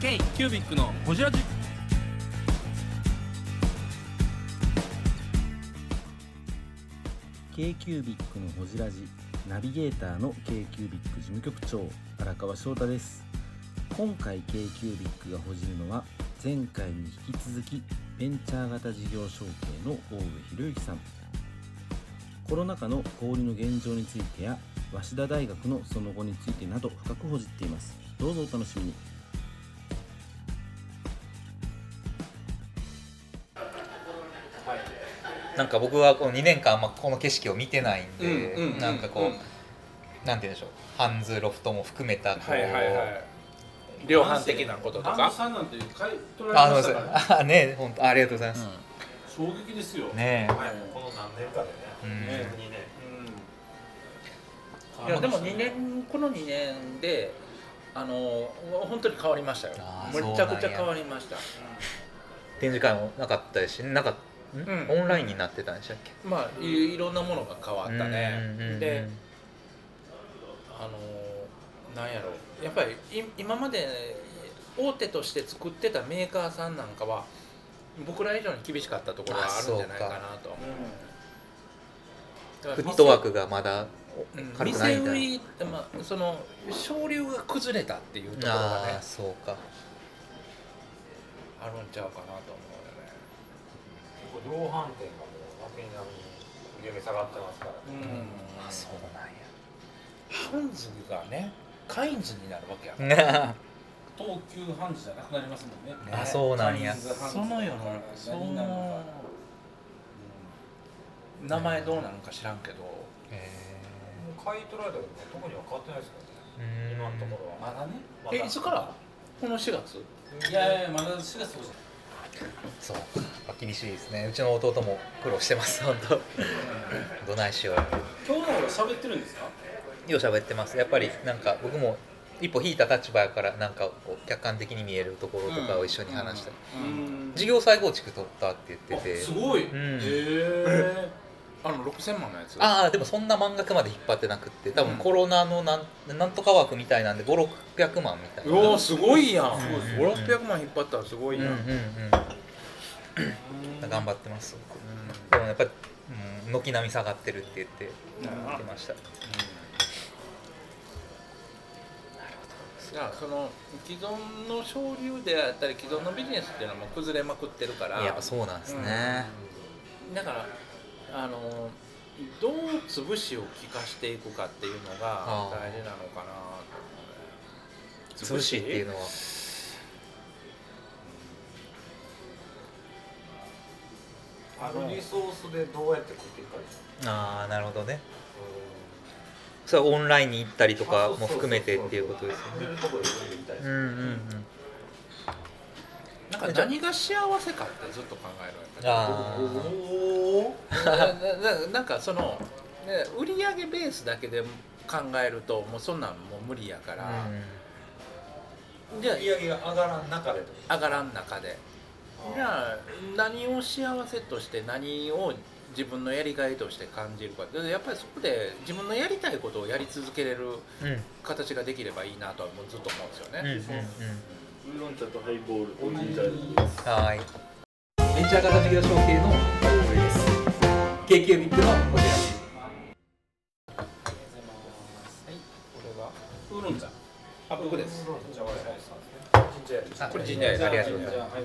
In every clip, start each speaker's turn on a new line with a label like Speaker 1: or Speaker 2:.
Speaker 1: K キュービックのホジラジ。
Speaker 2: k q u b i c のほじラジナビゲーターの k q u b i c 事務局長荒川翔太です今回 k q u b i c がほじるのは前回に引き続きベンチャー型事業承継の大上博之さんコロナ禍の氷の現状についてや早稲田大学のその後についてなど深くほじっていますどうぞお楽しみに
Speaker 3: なんか僕はこの2年間あんまこの景色を見てないんで、
Speaker 1: うんうんうん
Speaker 3: なんかこう、
Speaker 1: うん
Speaker 3: なんて言うんでしょうハンズロフトも含めたこう、
Speaker 4: はいはいはい量販的なこととか
Speaker 1: さんなんて買い取られ
Speaker 3: あ
Speaker 1: ま
Speaker 3: そ
Speaker 1: し
Speaker 3: う
Speaker 1: た
Speaker 3: で
Speaker 1: から。
Speaker 3: すあね本当ありがとうございます、
Speaker 1: 衝撃ですよ。
Speaker 3: ねえ、
Speaker 5: この何年かでね、
Speaker 3: うん
Speaker 1: ね
Speaker 5: 2年
Speaker 4: い
Speaker 1: うん
Speaker 4: やでも2年この2年であの本当に変わりましたよ
Speaker 3: あ
Speaker 4: め
Speaker 3: ー
Speaker 4: ちゃくち
Speaker 3: そ
Speaker 4: ゃ
Speaker 3: うなんや
Speaker 4: 変わりました
Speaker 3: 展示会もなかったしなんか、ん
Speaker 4: うん
Speaker 3: オンラインになってたんでしたっけ
Speaker 4: まあいいろんなものが変わったね
Speaker 3: うんうんうん
Speaker 4: であのなんやろやっぱりい今まで大手として作ってたメーカーさんなんかは僕ら以上に厳しかったところはあるんじゃないかなとだ
Speaker 3: フ
Speaker 4: から
Speaker 3: ットワークがまだ
Speaker 4: うん
Speaker 3: 軽くない
Speaker 4: 店
Speaker 3: みた
Speaker 4: 売
Speaker 3: い
Speaker 4: りって、まあ、その省流が崩れたっていうところ
Speaker 3: な
Speaker 4: が
Speaker 3: あ
Speaker 4: ね
Speaker 3: あそうか
Speaker 4: あるんちゃうかなと思うよね
Speaker 5: 結構量販店がもう軒並み売り上げ下がってますから、
Speaker 4: う
Speaker 5: ね
Speaker 4: ん
Speaker 3: あそう
Speaker 4: ハンズがねカインズになるわけやから
Speaker 3: なんや
Speaker 1: 東急ハンズじゃなくなりますもんね。
Speaker 3: あそうなんや
Speaker 1: カインズハンズ
Speaker 4: その世のそ
Speaker 1: 何になるの
Speaker 4: の
Speaker 1: か。
Speaker 4: 名前どうなのか知らんけど
Speaker 3: え
Speaker 5: もう買い取られたけど特には変わってないですから
Speaker 3: ーうん
Speaker 5: ね、今のところ
Speaker 1: ま
Speaker 5: は、
Speaker 1: だね。
Speaker 4: えいつからこの4月
Speaker 1: いやいやまだ4月とかじ
Speaker 3: そうかまあ厳しいですねうちの弟も苦労してます本当どないしようや
Speaker 1: ゃん。今日の俺喋ってるんですか。
Speaker 3: よう喋ってますやっぱりなんか僕も一歩引いた立場やからなんかこう客観的に見えるところとかを一緒に話したり、
Speaker 1: うん
Speaker 3: 事業再構築取ったって言ってて
Speaker 1: すごい。へ
Speaker 3: ん
Speaker 1: え。
Speaker 4: あの6000万のやつ
Speaker 3: ああでもそんな満額まで引っ張ってなくって多分コロナのなん,、なんとか枠みたいなんで5600万みたいうな
Speaker 4: おーすごいやん
Speaker 3: うん
Speaker 4: 5600万引っ張ったらすご
Speaker 3: うん
Speaker 4: い
Speaker 3: うん
Speaker 4: やん、
Speaker 3: う
Speaker 4: うん
Speaker 3: ん頑張ってますでもやっぱり、うん、軒並み下がってるって言って言ってました
Speaker 4: じゃあその既存の省流であったり既存のビジネスっていうのはもう崩れまくってるから
Speaker 3: やっぱそうなんですね、
Speaker 4: だからあのどう潰しを効かしていくかっていうのが
Speaker 3: ああ
Speaker 4: 大事なのかなと思うね
Speaker 3: 潰しっていうのは
Speaker 5: あのリソースでどうやって食っていくかでしょ
Speaker 3: ああなるほどね
Speaker 5: う
Speaker 3: それはオンラインに行ったりとか
Speaker 5: あそうそ
Speaker 3: も
Speaker 5: うそう
Speaker 3: 含めてっていうことですよ
Speaker 5: 売
Speaker 3: ね
Speaker 5: れるところで売れるみたいです
Speaker 3: うんうんうん
Speaker 4: なんか何が幸せかってずっと考えるわ
Speaker 3: あー
Speaker 5: おー
Speaker 4: けな ななんかその、ね、売り上げベースだけで考えるともうそんなんもう無理やから、じゃ
Speaker 5: 売り上げが上がらん中でと
Speaker 4: あ上がらん中でじゃあ何を幸せとして何を自分のやりがいとして感じるかでやっぱりそこで自分のやりたいことをやり続けれる
Speaker 3: うんうん
Speaker 4: 形ができればいいなとはもうずっと思うんですよね、
Speaker 3: うんうんうん
Speaker 6: ウーロン茶とハイボールとジンジャーエール
Speaker 3: はーいベンチャー型事業承継の大上です k q ビッグのこちらです
Speaker 1: ウーロン茶。
Speaker 4: あ僕です
Speaker 5: じゃあこれそうですねジンジャーエールです
Speaker 3: あ
Speaker 4: これジンジャーエール
Speaker 3: ありがとうございます
Speaker 1: ます。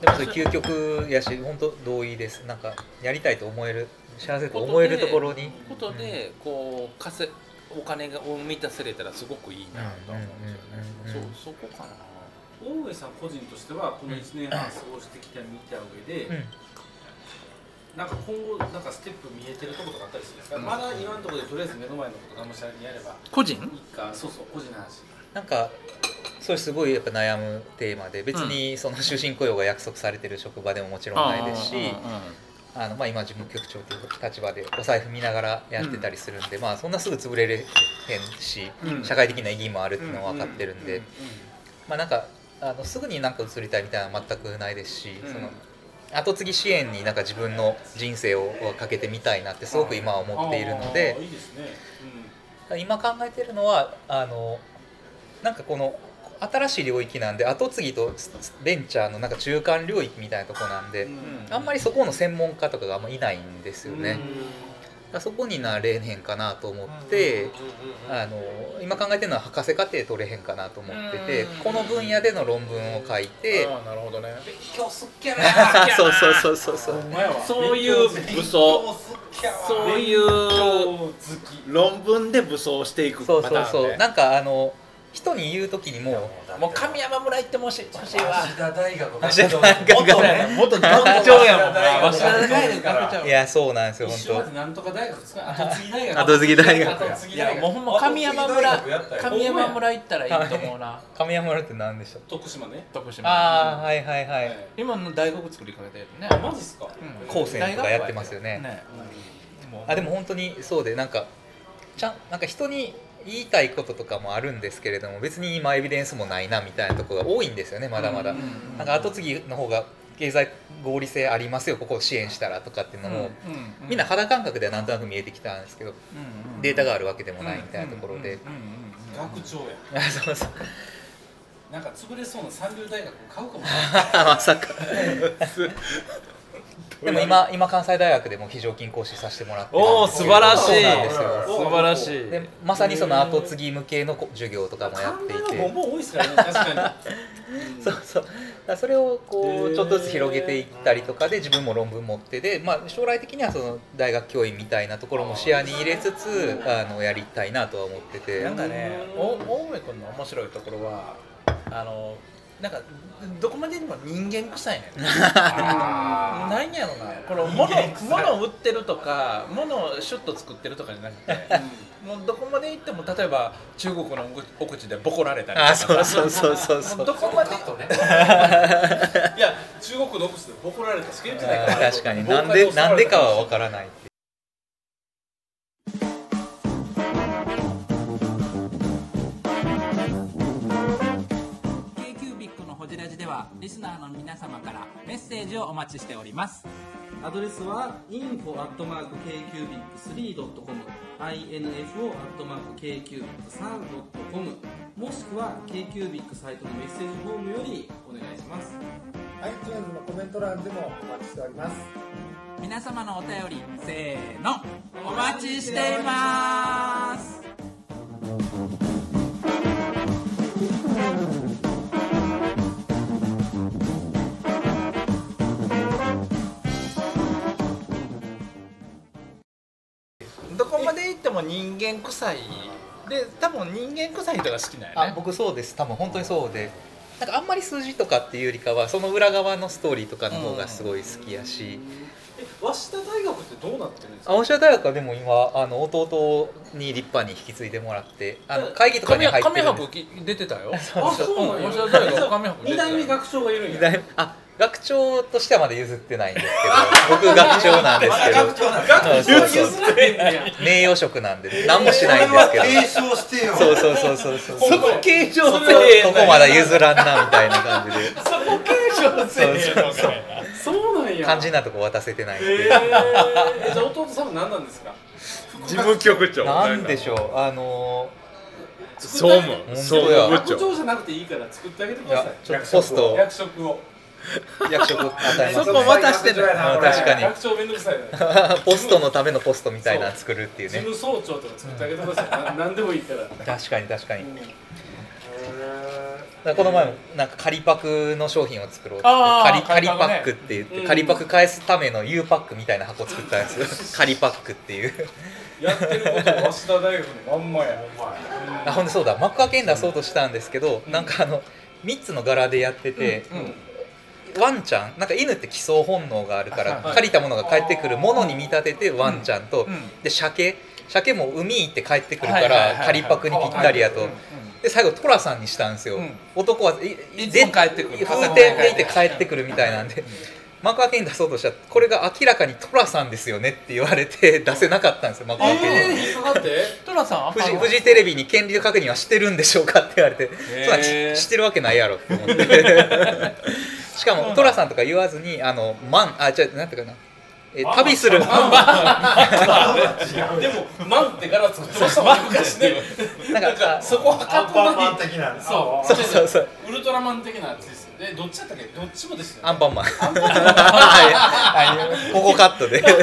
Speaker 3: でもそれ究極やし本当同意ですなんかやりたいと思える幸せと思えるところに
Speaker 4: ことでこう稼お金がを満たせれたらすごくいいなとは思うんですよ
Speaker 3: うんうんうんう
Speaker 4: ね
Speaker 3: ん
Speaker 4: そうそこかな
Speaker 1: 大上さん個人としてはこの1年半過ごしてきた見た上で、
Speaker 3: うん
Speaker 1: なんか今後なんかステップ見えてるとことかあったりするんですか、まだ今のところでとりあえず目の前のことがむしゃらにやれば
Speaker 4: 個人
Speaker 1: いいかそうそう個人の話
Speaker 3: なんかそれすごいやっぱ悩むテーマで別にその終身雇用が約束されてる職場でももちろんないですし、あのまあ、今事務局長という立場でお財布見ながらやってたりするんで、まあ、そんなすぐ潰れれへんし、
Speaker 1: うん
Speaker 3: 社会的な意義もあるっていうのは分かってるんで、
Speaker 1: う
Speaker 3: まあ、なんかあのすぐになんか移りたいみたいなのは全くないですし、
Speaker 1: うん
Speaker 3: その後継ぎ支援になんか自分の人生をかけてみたいなってすごく今は思っているの
Speaker 1: あー
Speaker 3: で
Speaker 1: いいですね、
Speaker 3: 今考えてるのはあのなんかこの新しい領域なんで後継ぎとベンチャーのなんか中間領域みたいなとこなんで、あんまりそこの専門家とかがあんまいないんですよね。だからそこになれへんかなと思って、あの今考えてるのは博士課程取れへんかなと思ってて、
Speaker 4: うん
Speaker 3: この分野での論文を書いて、
Speaker 4: ああなるほどね
Speaker 5: 今日すっげえ
Speaker 3: そうそうそうそうそう
Speaker 7: そういう武装そういう論文で武装していく
Speaker 3: そう
Speaker 4: パ
Speaker 3: そ
Speaker 4: タ
Speaker 3: う
Speaker 4: ーン
Speaker 3: そう
Speaker 4: ね
Speaker 3: なんかあの人に言う時にもう
Speaker 4: もう神山村行ってもし欲しいわ
Speaker 5: 田大学
Speaker 3: 芦田大学
Speaker 5: 元ね
Speaker 7: 元
Speaker 5: 元
Speaker 7: 団
Speaker 5: 学
Speaker 7: 長やもんな
Speaker 5: 早稲田大学から
Speaker 3: いやそうなんですよ
Speaker 1: 一緒ま
Speaker 3: 本
Speaker 1: でなんとか大学ですか後継ぎ大学
Speaker 3: 後継ぎ大学
Speaker 1: 後継ぎ
Speaker 4: い
Speaker 1: 大
Speaker 4: やもう
Speaker 1: 学
Speaker 4: ほんま神山村神山村行ったらいいと思うな
Speaker 3: 当神山村って何でした
Speaker 1: 徳島ね
Speaker 4: 徳島
Speaker 3: ああはいはいは
Speaker 1: はい
Speaker 4: 今の大学作りかけてるね
Speaker 1: あマジっすか
Speaker 4: うん
Speaker 3: 高専とかやってますよねあでも本当にそうでなんかちゃんなんか人に言いたいこととかもあるんですけれども別に今エビデンスもないなみたいなところが多いんですよねまだまだ、なんか後継ぎの方が経済合理性ありますよここを支援したらとかっていうのも、みんな肌感覚ではなんとなく見えてきたんですけど、データがあるわけでもないみたいなところで、
Speaker 1: 学長や
Speaker 3: そうそう
Speaker 1: なんか潰れそうな三流大学買うかもし
Speaker 3: まさかでも今今関西大学でも非常勤講師させてもらってるん
Speaker 7: おお
Speaker 3: です
Speaker 7: 素
Speaker 3: けど
Speaker 7: 晴らしい
Speaker 3: そうなんですよ
Speaker 7: 素晴らしい
Speaker 3: でまさにその後継ぎ向けのこ授業とかもやってい
Speaker 1: れない
Speaker 3: て
Speaker 1: ボンボン多いっすからね確か
Speaker 3: そうそうだからそれをこうちょっとずつ広げていったりとかで自分も論文持ってで、まあ、将来的にはその大学教員みたいなところも視野に入れつつあのやりたいなとは思ってて
Speaker 4: なんかね、お大梅君の面白いところは、あの、なんか、どこまでにも人間臭いね。なんやろな、この物、物を売ってるとか、物をシュッと作ってるとかじゃなくて。もうどこまで行っても、例えば、中国のお口でボコられたりとか。
Speaker 3: あそうそうそうそうそ
Speaker 4: もう
Speaker 3: う
Speaker 4: どこまで。
Speaker 1: にいや中国のオフィスで怒られたしか言ってない
Speaker 3: あ
Speaker 1: か
Speaker 3: ー
Speaker 1: ら
Speaker 3: 確かになんでなんでかは分からないってい
Speaker 8: アドレスは info.kcubic3.com info.kcubic3.com もしくは KQBIC サイトのメッセージフォームよりお願いします
Speaker 9: iTunes のコメント欄でもお待ちしております
Speaker 8: 皆様のお便りせーのお待ちしています
Speaker 4: どこまで行っても人間臭い。で、多分人間臭い人が好きなんや
Speaker 3: あ
Speaker 4: ね。
Speaker 3: 僕そうです多分本当にそうでなんかあんまり数字とかっていうよりかはその裏側のストーリーとかの方がすごい好きやし、
Speaker 1: 早稲田大学ってどうなってるんですか
Speaker 3: 青島大学はでも今あの弟に立派に引き継いでもらってあの会議とかに
Speaker 4: 神
Speaker 3: 入って
Speaker 4: 神
Speaker 3: るんです
Speaker 4: 博き出てたよ。
Speaker 1: あそうなんや
Speaker 4: 面白い大学神博出
Speaker 1: 二
Speaker 4: てた
Speaker 1: 代
Speaker 4: よ
Speaker 1: 目学長がいるんや
Speaker 3: だいぶ あ学長としてはまだ譲ってないんですけど僕学長なんですけどそうそうそう名誉職なんで何もしないんですけど
Speaker 5: 継承してよ
Speaker 3: そうそうそうそうそう
Speaker 7: そこ形状
Speaker 3: そこ
Speaker 7: 性
Speaker 3: そこまだ譲らんなみたいな感じでそこ継承せ
Speaker 1: そうなんや
Speaker 3: 肝心なとこ渡せてないってい
Speaker 1: え
Speaker 3: う
Speaker 1: ー、えじゃあ弟さんは何なんですか
Speaker 7: 事務局長
Speaker 3: なんでしょうあの
Speaker 7: 総務総務部
Speaker 1: 学
Speaker 7: 長
Speaker 1: 長じゃなくていいから作ってあげて
Speaker 3: ー
Speaker 1: く
Speaker 3: い
Speaker 1: だ
Speaker 3: や
Speaker 1: さい
Speaker 3: ちょっとポストを
Speaker 1: 役職を
Speaker 3: 役職与えま
Speaker 5: そ
Speaker 3: す
Speaker 5: こ渡してる
Speaker 3: あ確かに
Speaker 1: 学長めんどくさいな
Speaker 3: ポストのためのポストみたいなの作るっていう
Speaker 1: 事
Speaker 3: ね
Speaker 1: 務総長とか作ってあげてくださいな何でもいいから
Speaker 3: 確かに確かに、
Speaker 1: うん
Speaker 3: だからこの前もなんか仮パクの商品を作ろうって
Speaker 4: あー
Speaker 3: 仮
Speaker 4: 仮
Speaker 3: 仮パ
Speaker 4: パクね
Speaker 3: ックって言って、
Speaker 1: うん
Speaker 3: 仮パク返すための U パックみたいな箱作ったんですよ仮パックっていう
Speaker 1: やってることは早稲田大学のまんまや
Speaker 3: あほんでそうだ幕開けに出そうとしたんですけど、なんかあの3つの柄でやってて、ワンちゃんなんか犬って帰巣本能があるから、
Speaker 4: はい
Speaker 3: 借りたものが帰ってくるものに見立ててワンちゃんと、
Speaker 4: うんうん
Speaker 3: で鮭鮭も海行って帰ってくるか
Speaker 4: はいはいはいは
Speaker 3: ら
Speaker 4: い
Speaker 3: 仮パクにぴったりや
Speaker 4: う
Speaker 3: と、
Speaker 4: んうん
Speaker 3: で最後寅さんにしたんですよ、
Speaker 4: うん
Speaker 3: 男はい
Speaker 4: いつも帰ってくる
Speaker 3: 風天でいて帰ってくるみたいなんで。幕開けに出そうとしたらこれが明らかに寅さんですよねって言われて出せなかったんですよ幕開けに、
Speaker 4: トラさん
Speaker 3: フジフジテレビに権利確認はしてるんでしょうかって言われて、そんなんししてるわけないやろって思って しかも寅さんとか言わずにあのマンあじゃなんていうかなえー旅する
Speaker 1: マンはでもマンって柄作ってましたもん昔ね
Speaker 3: なんか
Speaker 1: なんかそこは
Speaker 5: ア
Speaker 1: か
Speaker 5: ン
Speaker 1: っ
Speaker 5: パンマン
Speaker 1: こいい
Speaker 5: 的な
Speaker 1: そう
Speaker 3: そうそうそう
Speaker 1: ウルトラマン的なやつですよねどっちだったっけどっちもですよね
Speaker 3: アンパンマン はいはいここカットで
Speaker 1: いや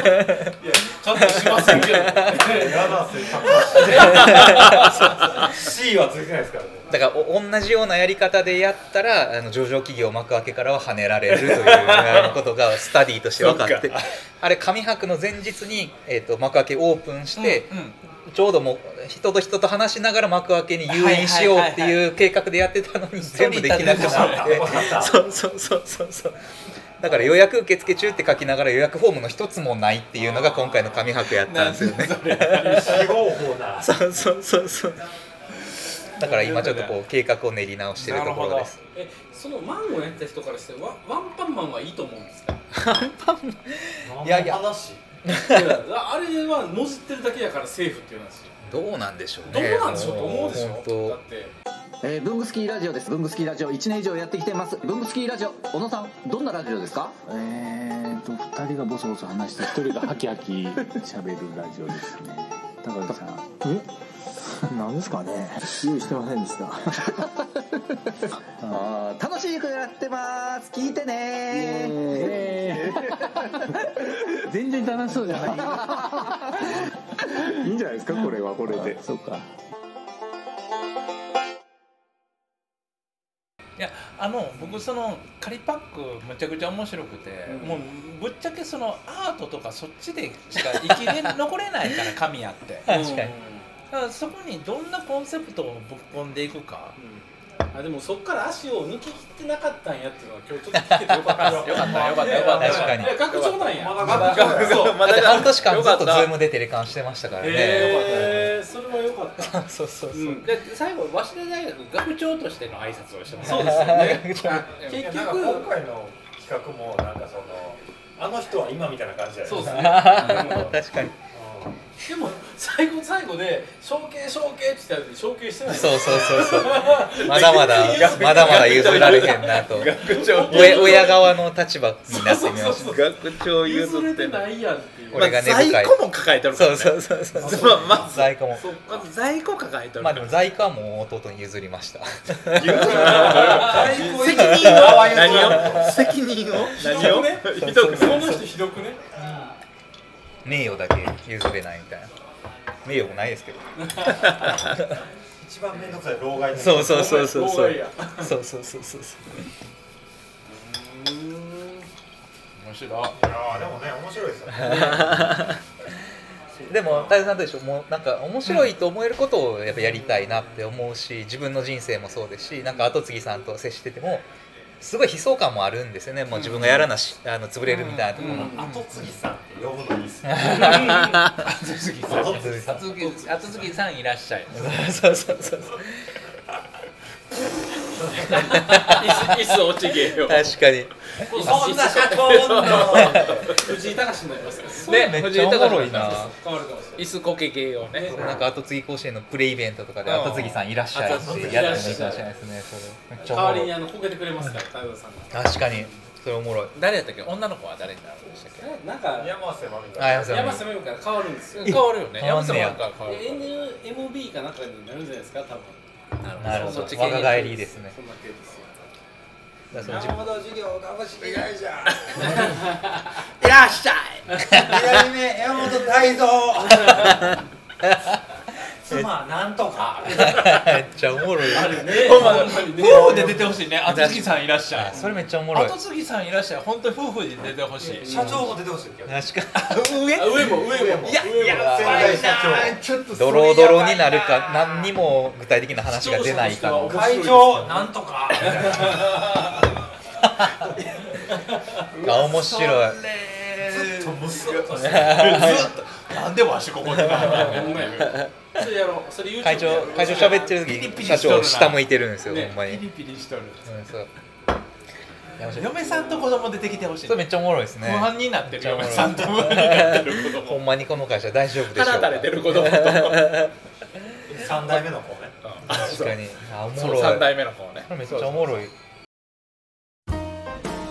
Speaker 1: カットしませんけど
Speaker 5: やだせ C はついてないですからね
Speaker 3: だからお同じようなやり方でやったらあの上場企業幕開けからは跳ねられるというあのことがスタディとして分かってあれ紙博の前日に、えー、と幕開けオープンして、ちょうどもう人と人と話しながら幕開けに誘引しようっていう計画でやってたのに全部できなくなってそうそうそうそうそうだから予約受付中って書きながら予約フォームの一つもないっていうのが今回の紙博やったんですよね。
Speaker 5: 非合法 な
Speaker 3: そうそうそうそうだから今ちょっとこう計画を練り直してるところです
Speaker 1: えそのマンをやった人からしてワンワンパンマンはいいと思うんですか
Speaker 3: いやいや
Speaker 5: 何の話
Speaker 1: いやあれはもじってるだけやからセーフっていう話
Speaker 3: どうなんでしょう
Speaker 1: どう
Speaker 3: ね
Speaker 1: なんでしょうと思うでし
Speaker 3: 本
Speaker 1: ょだって
Speaker 10: えー、ブングスキーラジオです。ブングスキーラジオ1年以上やってきてます。ブングスキーラジオ、小野さん、どんなラジオですかえーと、2人がボソボソ話して、1人がハキハキ喋るラジオですね。高橋さん。えなんですかね用意してませんで した。あー楽しくやってます聞いてね全然楽しそうじゃ ないいいんじゃないですかこれはこれでそうか
Speaker 4: いやあの僕その仮パックむちゃくちゃ面白くて、もうぶっちゃけそのアートとかそっちでしか生きれ 残れないから神やって
Speaker 3: 当確かに
Speaker 4: だからそこにどんなコンセプトをぶっ込んでいくか
Speaker 1: あでもそっから足を抜き切ってなかったんやっていうのは今日ちょっと聞けてよかったです
Speaker 4: よかったよかったよかった
Speaker 3: 確かに
Speaker 1: いや拡張なんや
Speaker 5: まだ学
Speaker 1: そう
Speaker 7: ま
Speaker 3: だって半年間
Speaker 7: よ
Speaker 3: ず
Speaker 7: か
Speaker 3: っ
Speaker 7: った
Speaker 3: とズームでテレカンしてましたからね
Speaker 1: へえそれはよかった
Speaker 3: そうそうそう
Speaker 1: うん
Speaker 4: で最後早稲田大学学長としての挨拶をしてもら
Speaker 1: そう
Speaker 4: う
Speaker 1: ですよ ね
Speaker 5: 結
Speaker 1: 結
Speaker 5: 局
Speaker 1: 局
Speaker 5: 今回の企画もなんかそのあの人は今みたいな感じじゃない
Speaker 1: そう
Speaker 5: で
Speaker 1: ですす
Speaker 5: か
Speaker 1: ね
Speaker 3: 確かに
Speaker 1: でも最後最後で承継承継って言ったのに承継してない
Speaker 3: そうそうそうそうまだまだまだまだ譲られへんなと
Speaker 7: 学長
Speaker 3: 親親側の立場になってみまし
Speaker 7: 学長譲
Speaker 1: 譲
Speaker 7: っ
Speaker 1: れ
Speaker 7: て
Speaker 1: て
Speaker 7: んの
Speaker 1: ないやんっていう
Speaker 3: これが根深い
Speaker 7: まあ在庫も抱えて
Speaker 3: た
Speaker 7: るから
Speaker 3: そう
Speaker 7: ね
Speaker 3: そうそうそう
Speaker 7: まあまず
Speaker 3: 在庫も
Speaker 1: そっ
Speaker 7: ま
Speaker 1: か
Speaker 7: ず在庫抱えてるか
Speaker 3: まあで
Speaker 7: ら
Speaker 3: も在庫はもう弟に譲りました
Speaker 1: 最高
Speaker 7: 責任を何を責任を何を
Speaker 1: ひ
Speaker 7: ひ
Speaker 1: ど
Speaker 7: ど
Speaker 1: くね
Speaker 7: く
Speaker 1: その人ひどくね
Speaker 3: 名誉だけ譲れないみたいな名誉もないですけど
Speaker 5: 一番面倒くさい老害の
Speaker 3: そうそうそうそうそう
Speaker 1: いや
Speaker 3: そうそうそうそう
Speaker 4: 面白い
Speaker 5: いやーでもね面白い ですよね
Speaker 3: でも太蔵さんどうでしょうもうなんか面白いと思えることをやっぱやりたいなって思うし自分の人生もそうですしなんか後継ぎさんと接しててもすごい悲壮感もあるんですよねもう自分がやらなし、あの潰れるみたいなところも、
Speaker 5: 後継ぎさんって呼ぶのいいっす ね
Speaker 4: 後継ぎ
Speaker 5: 後継ぎ
Speaker 4: さん後継ぎ後継ぎさんいらっしゃい
Speaker 3: そうそうそうそう
Speaker 7: 椅子椅子落ちげよ
Speaker 3: 確かに
Speaker 1: そんな社長の藤井隆になりますから
Speaker 3: ねめっちゃおもろいな
Speaker 1: 変わるかもしれない
Speaker 4: 椅子こけ系をね
Speaker 3: なんか後継ぎ甲子園のプレイベントとかで
Speaker 1: うん
Speaker 3: 後継ぎさんいらっしゃいってやってもいいかもしれないですねそれめっち
Speaker 1: 代
Speaker 3: ゃおも
Speaker 1: わり
Speaker 3: ろ
Speaker 1: に
Speaker 3: い
Speaker 1: あのこけてくれますから太蔵さんが
Speaker 3: 確かにそれおもろい
Speaker 4: 誰やったっけ女の子は誰になるんでしたっけ
Speaker 1: なんか
Speaker 5: 山瀬まみ
Speaker 3: あ
Speaker 5: が
Speaker 3: 山瀬まみ
Speaker 1: 山瀬めむから変わるんですよ
Speaker 4: 変わるよね
Speaker 3: 変わんねや
Speaker 4: 山瀬もなんか変わる
Speaker 1: NMB かなんかになるんじゃないですか多分
Speaker 3: なるほ
Speaker 4: そ
Speaker 3: ど
Speaker 4: っち系に
Speaker 3: 若返りですね
Speaker 1: そんな系ですよ
Speaker 3: だからその
Speaker 5: 山田授業頑張していないじゃん
Speaker 4: いらっしゃい
Speaker 5: 左目山本大蔵妻なんとか
Speaker 3: めっちゃおもろい
Speaker 1: あるね
Speaker 4: 夫婦で出てほしいね後継ぎさんいらっしゃい
Speaker 3: それめっちゃおもろい
Speaker 4: 後継ぎさんいらっしゃい本当に夫婦で出てほしい
Speaker 5: 社長も出てほしいけど
Speaker 3: 確かに上
Speaker 1: 上も上もいや
Speaker 5: 先代社長
Speaker 3: ドロドロになるか何にも具体的な話が出ないかの
Speaker 5: 会長なんとか
Speaker 3: あ面白い
Speaker 5: ずっとむすっとして
Speaker 7: なんでわしここで
Speaker 1: ほんまやそれやろうそれ YouTube
Speaker 3: 会長会長喋ってる時社長下向いてるんですよほんまに
Speaker 4: ピリピリしとる
Speaker 3: うんそう山下
Speaker 4: 嫁さんと子供出てきてほしい
Speaker 3: それめっちゃおもろいです
Speaker 4: 不
Speaker 3: ね
Speaker 4: 安になってる
Speaker 3: めっちゃおも
Speaker 4: 嫁
Speaker 3: ろい
Speaker 4: さんと不安になってる子
Speaker 3: ほ
Speaker 4: 供
Speaker 3: んまにこの会社大丈夫でしょうか
Speaker 4: 放たれてる子供と
Speaker 5: 三代目の子ね
Speaker 3: 確かにあお も
Speaker 4: そ
Speaker 3: ろ
Speaker 4: の
Speaker 3: い
Speaker 4: 3代目の子をね
Speaker 3: これめっちゃおもろい